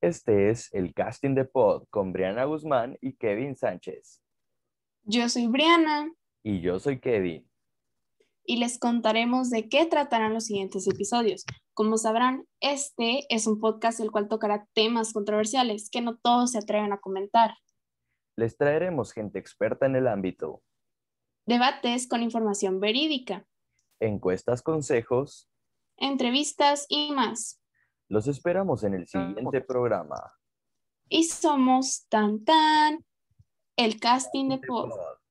Este es el casting de Pod con Briana Guzmán y Kevin Sánchez. Yo soy Briana Y yo soy Kevin. y les contaremos de qué tratarán los siguientes episodios. Como sabrán, este es un podcast el cual tocará temas controversiales que no todos se atreven a comentar. Les traeremos gente experta en el ámbito, Debates con información verídica, encuestas, consejos. entrevistas y más. Los esperamos en el siguiente programa. Y somos tan tan el casting de Pod. Pod.